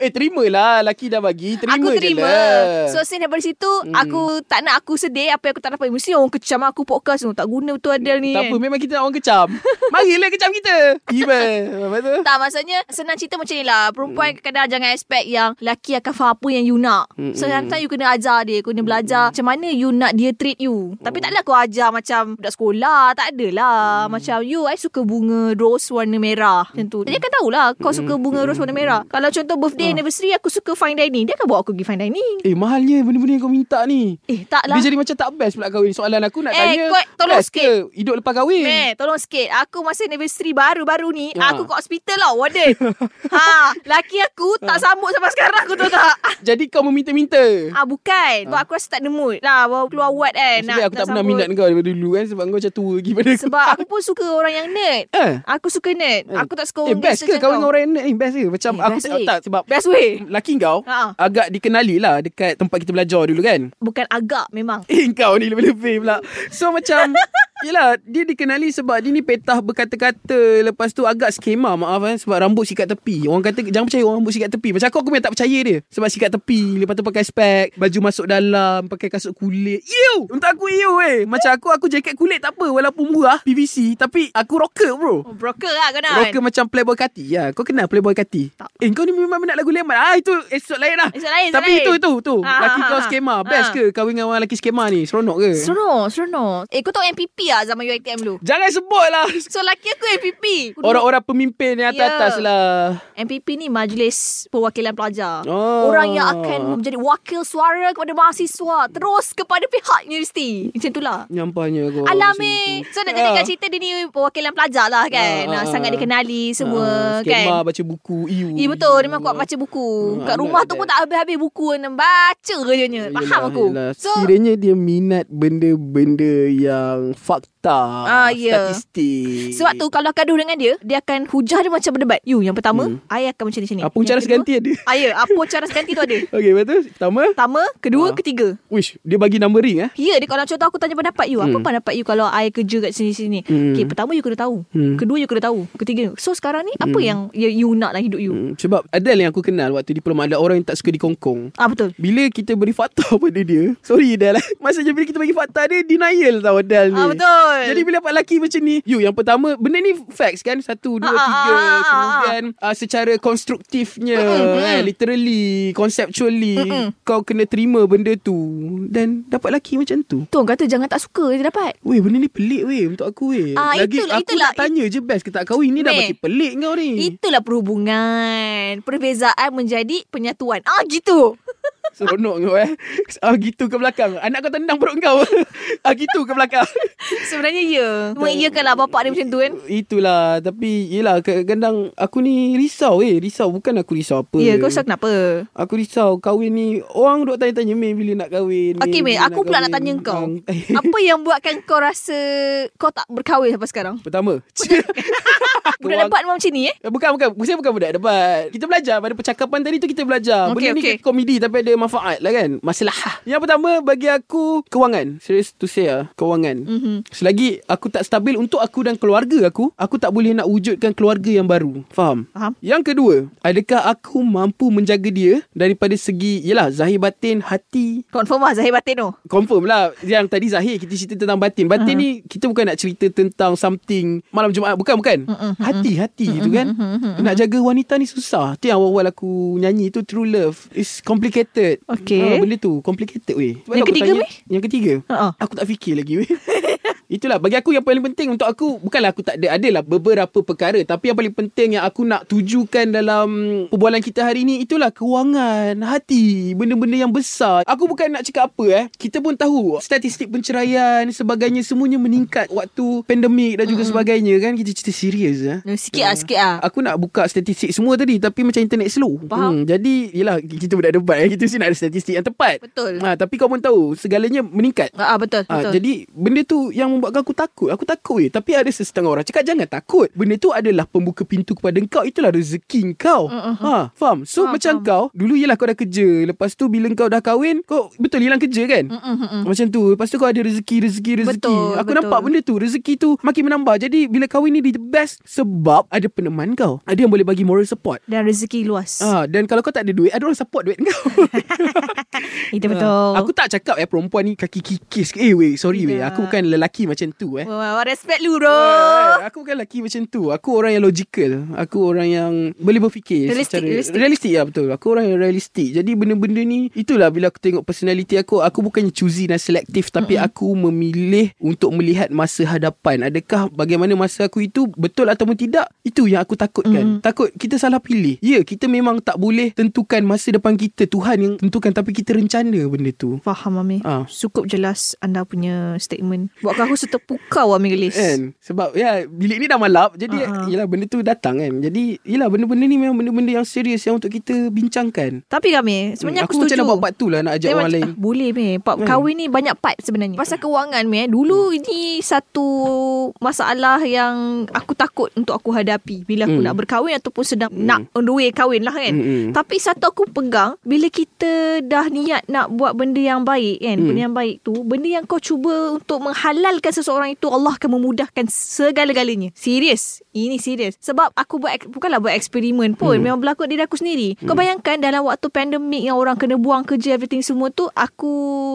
[SPEAKER 2] Eh terimalah Laki dah bagi Terima
[SPEAKER 3] aku
[SPEAKER 2] je
[SPEAKER 3] terima.
[SPEAKER 2] lah.
[SPEAKER 3] So since daripada situ hmm. aku tak nak aku sedih apa yang aku tak dapat. Mesti orang kecam aku podcast tu. Tak guna betul Adele ni.
[SPEAKER 2] Tak apa
[SPEAKER 3] kan.
[SPEAKER 2] Memang kita nak orang kecam Marilah kecam kita Tiba Lepas tu
[SPEAKER 3] Tak maksudnya Senang cerita macam ni lah Perempuan hmm. kadang jangan expect Yang lelaki akan faham apa yang you nak hmm. So sometimes you kena ajar dia Kena belajar Macam mana you nak dia treat you Tapi taklah kau ajar macam Budak sekolah lah. Tak adalah Macam you I suka bunga Rose warna merah Macam tu Dia akan tahulah Kau suka bunga terus warna merah. Kalau contoh birthday anniversary aku suka fine dining, dia akan bawa aku pergi fine dining.
[SPEAKER 2] Eh mahalnya benda-benda yang kau minta ni
[SPEAKER 3] Eh, tak lah.
[SPEAKER 2] Dia jadi macam tak best pula kahwin Soalan aku nak
[SPEAKER 3] Eh,
[SPEAKER 2] tanya
[SPEAKER 3] kau tolong
[SPEAKER 2] best
[SPEAKER 3] sikit.
[SPEAKER 2] ke Hidup lepas kahwin
[SPEAKER 3] Meh, tolong sikit. Aku masa anniversary baru-baru ni,
[SPEAKER 2] Ha.
[SPEAKER 3] aku kat hospital lah warden. ha, laki aku tak sambut sampai sekarang aku tahu tak.
[SPEAKER 2] Jadi kau meminta-minta
[SPEAKER 3] Ah bukan, sebab aku rasa tak ada mood lah bawa keluar ward kan.
[SPEAKER 2] Sebenarnya aku tak pernah minat kau daripada dulu kan Sebab kau macam tua lagi pada aku
[SPEAKER 3] Sebab aku pun suka orang yang nerd.
[SPEAKER 2] Eh.
[SPEAKER 3] Aku suka nerd. Aku tak suka
[SPEAKER 2] Eh
[SPEAKER 3] orang
[SPEAKER 2] best
[SPEAKER 3] gangster
[SPEAKER 2] ke
[SPEAKER 3] macam
[SPEAKER 2] kahwin dengan orang yang ni Best ke Macam
[SPEAKER 3] Eh,
[SPEAKER 2] aku
[SPEAKER 3] best
[SPEAKER 2] tak,
[SPEAKER 3] weh.
[SPEAKER 2] tak Sebab
[SPEAKER 3] Best way.
[SPEAKER 2] Laki kau
[SPEAKER 3] Ha.
[SPEAKER 2] Agak dikenali lah Dekat tempat kita belajar dulu kan
[SPEAKER 3] Bukan agak memang.
[SPEAKER 2] Eh kau ni lebih-lebih pula So macam Yelah Dia dikenali sebab Dia ni petah berkata-kata Lepas tu agak skema Maaf eh Sebab rambut sikat tepi Orang kata Jangan percaya orang rambut sikat tepi Macam aku aku memang tak percaya dia Sebab sikat tepi Lepas tu pakai spek Baju masuk dalam Pakai kasut kulit Ew Untuk aku ew eh Macam aku Aku jaket kulit tak apa Walaupun murah PVC Tapi aku rocker bro
[SPEAKER 3] Oh, broker lah kau nak.
[SPEAKER 2] Rocker macam Playboy Kati ya. Kau kenal Playboy Kati
[SPEAKER 3] Tak.
[SPEAKER 2] Eh kau ni memang minat lagu Lemon Ah itu esok lain lah
[SPEAKER 3] Esok lain, esok
[SPEAKER 2] Tapi
[SPEAKER 3] lain.
[SPEAKER 2] itu itu tu
[SPEAKER 3] Ah,
[SPEAKER 2] Laki
[SPEAKER 3] ah,
[SPEAKER 2] kau
[SPEAKER 3] ah.
[SPEAKER 2] skema Best
[SPEAKER 3] Ah.
[SPEAKER 2] ke Kahwin dengan orang lelaki skema ni Seronok ke
[SPEAKER 3] Seronok, seronok. Eh, kau tahu MPP lah zaman UiTM dulu?
[SPEAKER 2] Jangan sebut lah
[SPEAKER 3] So, laki aku MPP.
[SPEAKER 2] Orang-orang pemimpin yang atas-atas
[SPEAKER 3] Ya.
[SPEAKER 2] lah
[SPEAKER 3] MPP ni Majlis Perwakilan Pelajar.
[SPEAKER 2] Oh.
[SPEAKER 3] Orang yang akan menjadi wakil suara kepada mahasiswa. Terus kepada pihak universiti. Macam lah. itulah.
[SPEAKER 2] Nyampahnya kau Ya.
[SPEAKER 3] Alami. eh. So nak jadikan cerita dia ni perwakilan pelajar lah kan.
[SPEAKER 2] Ah, ah,
[SPEAKER 3] Ah,
[SPEAKER 2] ah.
[SPEAKER 3] sangat dikenali semua kan.
[SPEAKER 2] Skema baca buku Iu
[SPEAKER 3] Ya betul Dia memang kuat baca buku
[SPEAKER 2] Hmm,
[SPEAKER 3] Kat
[SPEAKER 2] I'm
[SPEAKER 3] rumah
[SPEAKER 2] like
[SPEAKER 3] tu
[SPEAKER 2] that.
[SPEAKER 3] pun tak habis-habis buku ni. Baca je ni Faham aku
[SPEAKER 2] so, Kiranya dia minat Benda-benda yang Fakta
[SPEAKER 3] Ah, ya.
[SPEAKER 2] Statistik
[SPEAKER 3] Sebab tu kalau gaduh dengan dia Dia akan hujah dia macam berdebat You yang pertama hmm. I akan macam ni macam ni
[SPEAKER 2] Apa cara
[SPEAKER 3] Yang kedua,
[SPEAKER 2] seganti ada
[SPEAKER 3] Ah ya Apa cara seganti tu ada
[SPEAKER 2] Okay lepas tu Pertama
[SPEAKER 3] Pertama Kedua
[SPEAKER 2] Ah.
[SPEAKER 3] Ketiga
[SPEAKER 2] Wish Dia bagi numbering eh
[SPEAKER 3] Ya dia kalau contoh aku tanya pendapat you Apa pendapat you kalau I kerja kat sini-sini
[SPEAKER 2] Hmm.
[SPEAKER 3] Okay pertama you kena tahu
[SPEAKER 2] Hmm.
[SPEAKER 3] Kedua you kena tahu Ketiga So sekarang ni Apa yang you, you nak dalam hidup you
[SPEAKER 2] Hmm, sebab ada yang aku kenal waktu diploma ada orang yang tak suka dikongkong.
[SPEAKER 3] Ah betul
[SPEAKER 2] Bila kita beri fakta pada dia Sorry Adal Maksudnya bila kita bagi fakta dia Denial tau Adal ni
[SPEAKER 3] Ah betul
[SPEAKER 2] Jadi bila dapat lelaki macam ni You yang pertama Benda ni facts kan Satu, dua,
[SPEAKER 3] Ah,
[SPEAKER 2] tiga
[SPEAKER 3] ah, ah, ah, ah.
[SPEAKER 2] Kemudian uh, Secara konstruktifnya
[SPEAKER 3] Mm-mm,
[SPEAKER 2] eh,
[SPEAKER 3] mm.
[SPEAKER 2] Literally Conceptually
[SPEAKER 3] Mm-mm.
[SPEAKER 2] Kau kena terima benda tu Dan dapat lelaki macam tu
[SPEAKER 3] Tuan kata jangan tak suka je dapat
[SPEAKER 2] Weh benda ni pelik weh Untuk aku weh
[SPEAKER 3] Ah,
[SPEAKER 2] Lagi
[SPEAKER 3] itulah,
[SPEAKER 2] aku
[SPEAKER 3] itulah.
[SPEAKER 2] nak tanya je best ke tak kahwin Ni dah
[SPEAKER 3] Meh.
[SPEAKER 2] makin pelik kau ni
[SPEAKER 3] Hmm. Itulah perhubungan. Perbezaan menjadi penyatuan. Ah gitu.
[SPEAKER 2] Seronok kau eh Ah gitu ke belakang Anak kau tendang perut kau Ah gitu ke belakang
[SPEAKER 3] Sebenarnya ya. Mengiyakanlah bapak dia macam tu kan.
[SPEAKER 2] Itulah Tapi Yelah kadang Aku ni risau eh Risau bukan aku risau apa
[SPEAKER 3] Ya, kau rasa kenapa?
[SPEAKER 2] Aku risau kahwin ni Orang duk tanya-tanya Mei bila nak kahwin
[SPEAKER 3] Okey, Mei,
[SPEAKER 2] bila
[SPEAKER 3] aku pula nak tanya
[SPEAKER 2] kahwin?"
[SPEAKER 3] kau.
[SPEAKER 2] Ah,
[SPEAKER 3] Apa yang buatkan kau rasa kau tak berkahwin sampai sekarang?
[SPEAKER 2] Pertama
[SPEAKER 3] Budak
[SPEAKER 2] Orang-
[SPEAKER 3] dapat memang macam ni eh?
[SPEAKER 2] Eh, Bukan bukan Saya bukan budak debat Kita belajar Pada percakapan tadi tu Kita belajar
[SPEAKER 3] Okey,
[SPEAKER 2] Benda ni
[SPEAKER 3] okey.
[SPEAKER 2] komedi Tapi ada manfaat lah kan Masalah Yang pertama Bagi aku Kewangan Serius to say lah Kewangan
[SPEAKER 3] Mhm.
[SPEAKER 2] Selagi aku tak stabil untuk aku dan keluarga aku, aku tak boleh nak wujudkan keluarga yang baru. Faham?
[SPEAKER 3] Faham?
[SPEAKER 2] Yang kedua, adakah aku mampu menjaga dia daripada segi, yelah, zahir batin, hati,
[SPEAKER 3] Confirm lah Zahir Batin tu.
[SPEAKER 2] Confirm lah Yang tadi Zahir Kita cerita tentang batin Batin uh-huh. ni
[SPEAKER 3] Mm-hmm.
[SPEAKER 2] Kita bukan nak cerita tentang Something Malam Jumaat Bukan bukan Hati-hati uh-huh. tu kan uh-huh. Nak jaga wanita ni susah Tu yang awal-awal aku Nyanyi tu True love It's complicated Ah,
[SPEAKER 3] Okay.
[SPEAKER 2] Benda tu Complicated weh Sebab
[SPEAKER 3] Yang
[SPEAKER 2] aku
[SPEAKER 3] ketiga, weh? Ha,
[SPEAKER 2] Yang ketiga
[SPEAKER 3] Ha-ha.
[SPEAKER 2] Aku tak fikir lagi weh Itulah bagi aku yang paling penting untuk aku Bukanlah aku tak ada Adalah beberapa perkara Tapi yang paling penting yang aku nak tujukan dalam Perbualan kita hari ni Itulah kewangan Hati Benda-benda yang besar Aku bukan nak cakap apa eh Kita pun tahu Statistik penceraian Sebagainya semuanya meningkat Waktu pandemik dan juga mm-hmm. sebagainya kan Kita cerita serius eh
[SPEAKER 3] No, Sikit lah, sikit lah.
[SPEAKER 2] Aku nak buka statistik semua tadi Tapi macam internet slow Hmm,
[SPEAKER 3] Faham.
[SPEAKER 2] Jadi Yelah kita budak debat eh. Kita mesti nak ada statistik yang tepat
[SPEAKER 3] Betul.
[SPEAKER 2] ha, Tapi kau pun tahu Segalanya meningkat
[SPEAKER 3] Ah, ah, betul,
[SPEAKER 2] Ah,
[SPEAKER 3] betul.
[SPEAKER 2] jadi benda tu yang membuatkan aku takut. Aku takut weh. Tapi ada sesetengah orang cakap jangan takut. Benda tu adalah pembuka pintu kepada kau. Itulah rezeki kau.
[SPEAKER 3] Mm-mm.
[SPEAKER 2] Ha, faham? So
[SPEAKER 3] Mm, Faham,
[SPEAKER 2] macam
[SPEAKER 3] faham.
[SPEAKER 2] kau dulu ialah kau dah kerja. Lepas tu bila kau dah kahwin kau betul hilang kerja kan?
[SPEAKER 3] Mm, mm, mm, mm.
[SPEAKER 2] Macam tu Lepas tu kau ada rezeki Rezeki rezeki
[SPEAKER 3] Betul,
[SPEAKER 2] Aku
[SPEAKER 3] betul.
[SPEAKER 2] nampak benda tu Rezeki tu makin menambah Jadi bila kahwin ni Dia the best Sebab ada peneman kau Ada yang boleh bagi moral support
[SPEAKER 3] Dan rezeki luas.
[SPEAKER 2] Ah, dan kalau kau tak ada duit Ada orang support duit kau Ah,
[SPEAKER 3] Itu betul.
[SPEAKER 2] Ha. Aku tak cakap eh Perempuan ni kaki kikis ke. Eh weh sorry weh
[SPEAKER 3] Tidak. Oh.
[SPEAKER 2] Aku bukan lelaki lelaki macam tu eh.
[SPEAKER 3] Wah, wah, respect lu bro.
[SPEAKER 2] Ah, Aku bukan lelaki macam tu Aku orang yang logical Aku orang yang Boleh berfikir
[SPEAKER 3] Realistik,
[SPEAKER 2] secara,
[SPEAKER 3] realistik.
[SPEAKER 2] Realistik ya betul Aku orang yang realistik Jadi benda-benda ni Itulah bila aku tengok personality aku Aku bukannya choosy dan selektif Tapi mm-hmm. aku memilih Untuk melihat masa hadapan Adakah bagaimana masa aku itu Betul ataupun tidak Itu yang aku takutkan mm-hmm. Takut kita salah pilih Ya kita memang tak boleh Tentukan masa depan kita Tuhan yang tentukan Tapi kita rencana benda tu
[SPEAKER 3] Faham Amir
[SPEAKER 2] Ah.
[SPEAKER 3] Cukup jelas anda punya statement Buatkan aku terpukau Amir Gelis
[SPEAKER 2] Kan Sebab ya Bilik ni dah malap Jadi uh-huh. Yelah benda tu datang kan Jadi Yelah benda-benda ni Memang benda-benda yang serius Yang untuk kita bincangkan
[SPEAKER 3] Tapi kami Sebenarnya
[SPEAKER 2] Hmm,
[SPEAKER 3] aku,
[SPEAKER 2] macam
[SPEAKER 3] setuju
[SPEAKER 2] nak buat part tu lah Nak ajak
[SPEAKER 3] Saya
[SPEAKER 2] orang
[SPEAKER 3] macam-
[SPEAKER 2] lain
[SPEAKER 3] ah, Boleh meh Pak hmm. kahwin ni banyak part sebenarnya Pasal kewangan meh Dulu
[SPEAKER 2] Hmm.
[SPEAKER 3] ini satu masalah yang Aku takut untuk aku hadapi Bila aku
[SPEAKER 2] Hmm.
[SPEAKER 3] nak berkahwin Ataupun sedang nak on the way kahwin lah kan
[SPEAKER 2] Hmm, hmm.
[SPEAKER 3] Tapi satu aku pegang Bila kita dah niat nak buat benda yang baik kan Benda yang baik tu Benda yang kau cuba untuk menghalalkan seseorang itu Allah akan memudahkan segala-galanya Serius Ini serius Sebab aku buat Bukanlah buat eksperimen pun Memang berlaku diri aku sendiri Kau bayangkan dalam waktu pandemik Yang orang kena buang kerja everything semua tu Aku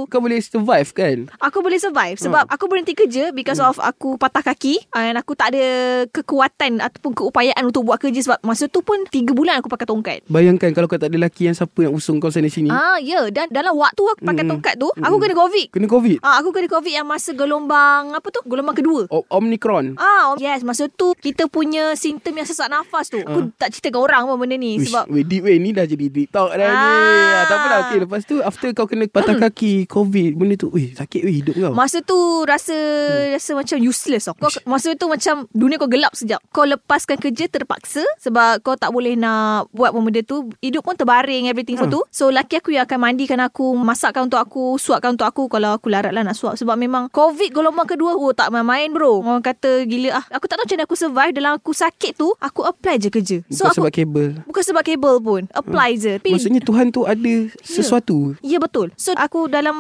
[SPEAKER 2] Kau boleh survive kan
[SPEAKER 3] Aku boleh survive Sebab aku berhenti kerja Because of aku patah kaki And aku tak ada kekuatan Ataupun keupayaan untuk buat kerja Sebab masa tu pun 3 bulan aku pakai tongkat
[SPEAKER 2] Bayangkan kalau kau tak ada lelaki Yang siapa nak usung kau sana sini
[SPEAKER 3] Ah, ya. Dan dalam waktu aku pakai
[SPEAKER 2] Mm-mm.
[SPEAKER 3] tongkat tu, aku
[SPEAKER 2] Mm-mm.
[SPEAKER 3] kena COVID.
[SPEAKER 2] Kena covid
[SPEAKER 3] Ah, aku kena COVID yang masa gelombang apa tu? Gelombang kedua.
[SPEAKER 2] o- Omnicron
[SPEAKER 3] Ah, yes, masa tu kita punya simptom yang sesak nafas tu. Aku tak cerita dengan orang pun benda
[SPEAKER 2] Ah.
[SPEAKER 3] ni
[SPEAKER 2] Uish,
[SPEAKER 3] sebab
[SPEAKER 2] weh, deep weh Ni dah jadi deep talk dah ni
[SPEAKER 3] Ah. Hmm.
[SPEAKER 2] ah, Tak apalah okay, Lepas tu after kau kena patah kaki Covid Benda tu Weh sakit weh hidup kau
[SPEAKER 3] Masa tu rasa
[SPEAKER 2] Hmm.
[SPEAKER 3] rasa macam useless tau. Kau, masa tu macam dunia kau gelap sekejap. Kau lepaskan kerja terpaksa sebab kau tak boleh nak buat pun benda tu. Hidup pun terbaring everything hmm. tu. So laki aku yang akan mandikan aku, masakkan untuk aku, suapkan untuk aku kalau aku larat lah nak suap sebab memang COVID gelombang kedua oh tak main-main bro. Orang kata gila ah. Aku tak tahu macam mana aku survive dalam aku sakit tu, aku apply je kerja.
[SPEAKER 2] Bukan
[SPEAKER 3] So aku
[SPEAKER 2] sebab kabel
[SPEAKER 3] bukan sebab kabel pun. Apply je. Tapi
[SPEAKER 2] Maksudnya Tuhan tu ada Sesuatu
[SPEAKER 3] Ya betul So aku dalam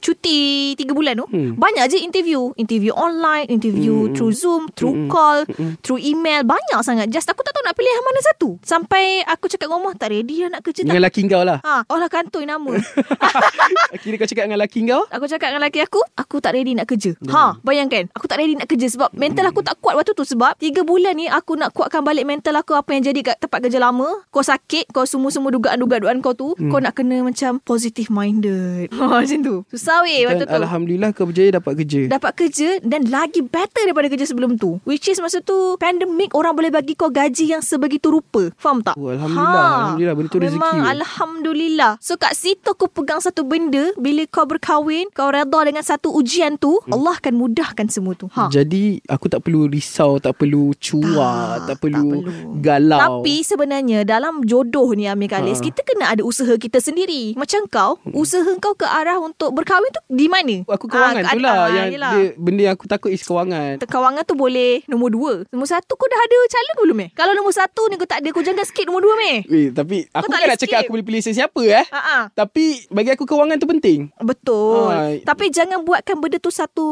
[SPEAKER 3] cuti 3 bulan tu hmm. Banyak je interview Interview online Interview hmm. through Zoom Through hmm. call hmm. Through email Banyak sangat Just aku tak tahu nak pilih yang mana satu Sampai aku cakap dengan rumah Tak ready lah nak kerja tak
[SPEAKER 2] Dengan lelaki kau lah
[SPEAKER 3] Ha, oh lah kantoi nama
[SPEAKER 2] Kira kau cakap dengan lelaki kau
[SPEAKER 3] Aku cakap dengan lelaki aku Aku tak ready nak kerja Ha bayangkan Aku tak ready nak kerja Sebab mental aku tak kuat waktu tu Sebab 3 bulan ni Aku nak kuatkan balik mental aku Apa yang jadi kat tempat kerja lama Kau sakit Kau semua-semua dugaan-dugaan kau tu Kau nak kena macam Positive minded ha, Macam tu Susah weh
[SPEAKER 2] Dan
[SPEAKER 3] waktu tu
[SPEAKER 2] Alhamdulillah kau berjaya dapat kerja
[SPEAKER 3] dapat kerja dan lagi better daripada kerja sebelum tu which is masa tu pandemik orang boleh bagi kau gaji yang sebegitu rupa faham tak Ha.
[SPEAKER 2] Oh, Alhamdulillah, Alhamdulillah, benda tu rezeki.
[SPEAKER 3] memang Alhamdulillah so kat situ aku pegang satu benda bila kau berkahwin kau reda dengan satu ujian tu hmm. Allah akan mudahkan semua tu ha.
[SPEAKER 2] Jadi aku tak perlu risau, tak perlu cuak, tak, tak, perlu, galau.
[SPEAKER 3] Tapi sebenarnya dalam jodoh ni Amir
[SPEAKER 2] Ha.
[SPEAKER 3] Khalis,
[SPEAKER 2] Hmm.
[SPEAKER 3] kita kena ada usaha kita sendiri. Macam kau, usaha kau ke arah untuk berkahwin tu di mana?
[SPEAKER 2] aku kewangan
[SPEAKER 3] Ah,
[SPEAKER 2] tu lah
[SPEAKER 3] ah,
[SPEAKER 2] yang
[SPEAKER 3] yelah.
[SPEAKER 2] dia, benda yang aku takut is kewangan.
[SPEAKER 3] Kawangan tu boleh Nombor dua Nombor satu kau dah ada calon belum eh Kalau nombor satu ni kau tak ada Kau jangan skip nombor dua meh
[SPEAKER 2] Weh, Eh, tapi aku
[SPEAKER 3] tak
[SPEAKER 2] bukan
[SPEAKER 3] boleh
[SPEAKER 2] nak cakap
[SPEAKER 3] skip.
[SPEAKER 2] aku boleh pilih sesiapa eh.
[SPEAKER 3] Ha
[SPEAKER 2] Tapi bagi aku kewangan tu penting.
[SPEAKER 3] Betul
[SPEAKER 2] Ah.
[SPEAKER 3] Tapi jangan buatkan benda tu satu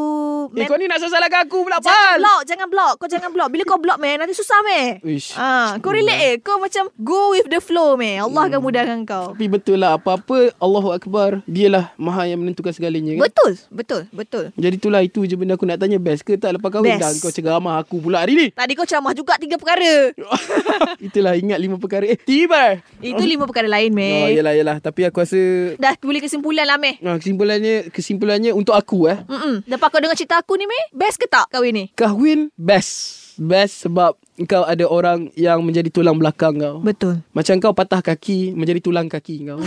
[SPEAKER 2] Eh, kau ni nak salahkan aku pula, Pal.
[SPEAKER 3] Jangan block Jangan block Kau jangan block Bila kau block meh Nanti susah meh
[SPEAKER 2] Uish.
[SPEAKER 3] Ah, Kau relax eh Kau macam Go with the flow meh Allah
[SPEAKER 2] Hmm.
[SPEAKER 3] akan mudahkan kau
[SPEAKER 2] Tapi betul lah, apa-apa Allahu Akbar, dialah maha yang menentukan segalanya kan.
[SPEAKER 3] Betul Betul Betul
[SPEAKER 2] Jadi itulah itu je benda aku nak tanya best ke tak lepas kahwin
[SPEAKER 3] Best.
[SPEAKER 2] dah kau ceramah aku pula hari ni.
[SPEAKER 3] Tadi kau ceramah juga Tiga perkara
[SPEAKER 2] Itulah ingat lima perkara. Eh, tiba.
[SPEAKER 3] Itu lima perkara lain
[SPEAKER 2] Oh,
[SPEAKER 3] meh
[SPEAKER 2] yelah, yelah. Tapi aku rasa
[SPEAKER 3] Dah boleh kesimpulan lah meh
[SPEAKER 2] Nah, kesimpulannya kesimpulannya untuk aku eh.
[SPEAKER 3] Mm-mm. Lepas kau dengar cerita aku ni meh Best ke tak kahwin ni
[SPEAKER 2] Kahwin best. Best sebab kau ada orang yang menjadi tulang belakang kau.
[SPEAKER 3] Betul
[SPEAKER 2] Macam kau patah kaki menjadi tulang kaki kau.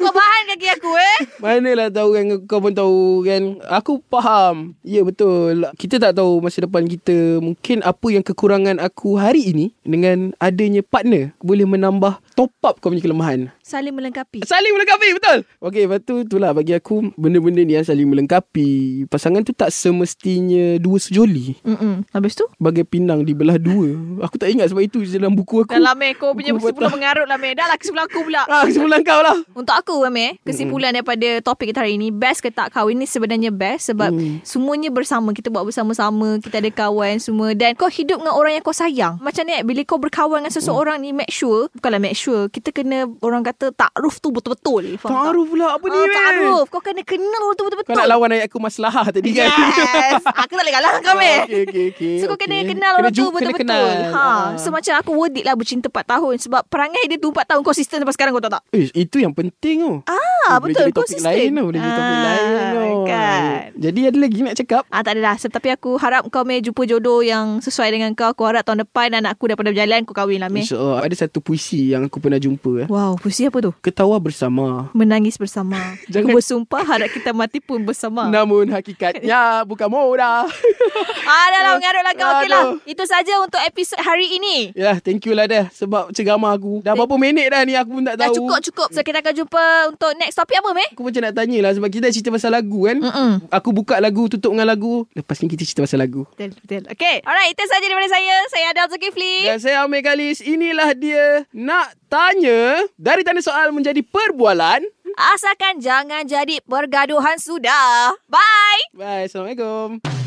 [SPEAKER 3] Kau bahan kaki aku eh
[SPEAKER 2] Manalah tahu kan kau pun tahu kan. Aku faham. Ya betul. Kita tak tahu masa depan kita mungkin apa yang kekurangan aku hari ini dengan adanya partner boleh menambah top up kau punya kelemahan.
[SPEAKER 3] Saling melengkapi
[SPEAKER 2] Saling melengkapi betul Okay lepas tu itulah bagi aku Benda-benda ni yang saling melengkapi Pasangan tu tak semestinya Dua sejoli
[SPEAKER 3] Mm-mm. Habis tu
[SPEAKER 2] Bagai pinang dibelah dua Aku tak ingat sebab itu je Dalam buku aku
[SPEAKER 3] Dalam eh kau punya
[SPEAKER 2] Aku patah.
[SPEAKER 3] sebelah mengarut lah meh Dah lah kesimpulan aku pula
[SPEAKER 2] Ah, kesimpulan kau lah
[SPEAKER 3] Untuk aku Amir Kesimpulan daripada topik kita hari ini Best ke tak kahwin ni sebenarnya best Sebab
[SPEAKER 2] Mm.
[SPEAKER 3] semuanya bersama Kita buat bersama-sama Kita ada kawan semua Dan kau hidup dengan eh, orang yang kau sayang Macam ni bila kau berkawan dengan seseorang ni Make sure Bukanlah make sure Kita kena orang kata kata takruf tu betul-betul. Faham tak?
[SPEAKER 2] Ta'aruf pula apa ni
[SPEAKER 3] Ah,
[SPEAKER 2] man?
[SPEAKER 3] takruf. Kau kena kenal orang tu betul-betul.
[SPEAKER 2] Kau nak lawan ayat aku masalah tadi kan
[SPEAKER 3] Yes. aku tak boleh kalah kau, meh.
[SPEAKER 2] Ah, okay, okay, okay,
[SPEAKER 3] Ya, So kau
[SPEAKER 2] okay.
[SPEAKER 3] kena kenal orang tu
[SPEAKER 2] ju- kena
[SPEAKER 3] betul-betul.
[SPEAKER 2] kenal. Ah.
[SPEAKER 3] Ha. So macam aku worth it lah bercinta 4 tahun. Sebab perangai dia tu 4 tahun konsisten sampai sekarang kau tahu tak?
[SPEAKER 2] Ish, Eh, itu yang penting tu.
[SPEAKER 3] Ah,
[SPEAKER 2] boleh
[SPEAKER 3] betul.
[SPEAKER 2] jadi topik
[SPEAKER 3] Konsisten.
[SPEAKER 2] lain tu, boleh jadi topik
[SPEAKER 3] Ah,
[SPEAKER 2] lain tu.
[SPEAKER 3] kan.
[SPEAKER 2] Jadi ada lagi nak cakap?
[SPEAKER 3] Ah tak adalah Tapi aku harap kau meh jumpa jodoh yang sesuai dengan kau Aku harap tahun depan anak aku daripada berjalan kau kahwin lah meh
[SPEAKER 2] InsyaAllah ada satu puisi yang aku pernah jumpa. eh.
[SPEAKER 3] Wow puisi apa tu?
[SPEAKER 2] Ketawa bersama.
[SPEAKER 3] Menangis bersama
[SPEAKER 2] Jangan-
[SPEAKER 3] Bersumpah harap kita mati pun bersama
[SPEAKER 2] Namun hakikatnya bukan mudah.
[SPEAKER 3] Ah dah lah mengarut lah kau Okey lah
[SPEAKER 2] Aduh.
[SPEAKER 3] Itu saja untuk episod hari ini
[SPEAKER 2] Ya, thank you lah dah sebab ceramah aku. Dah berapa minit dah ni aku pun tak tahu.
[SPEAKER 3] Dah cukup cukup So kita akan jumpa Untuk next topik apa meh?
[SPEAKER 2] Aku macam nak tanya lah sebab kita dah cerita pasal lagu kan.
[SPEAKER 3] Mm-mm.
[SPEAKER 2] Aku buka lagu, tutup dengan lagu. Lepas ni kita cerita pasal lagu.
[SPEAKER 3] Betul betul Okay Alright itu saja daripada saya Saya Adel Zulkifli
[SPEAKER 2] Dan saya Amir Kalis, inilah dia nak tanya dari tanda soal menjadi perbualan.
[SPEAKER 3] Asalkan jangan jadi pergaduhan sudah Bye
[SPEAKER 2] Bye, Assalamualaikum.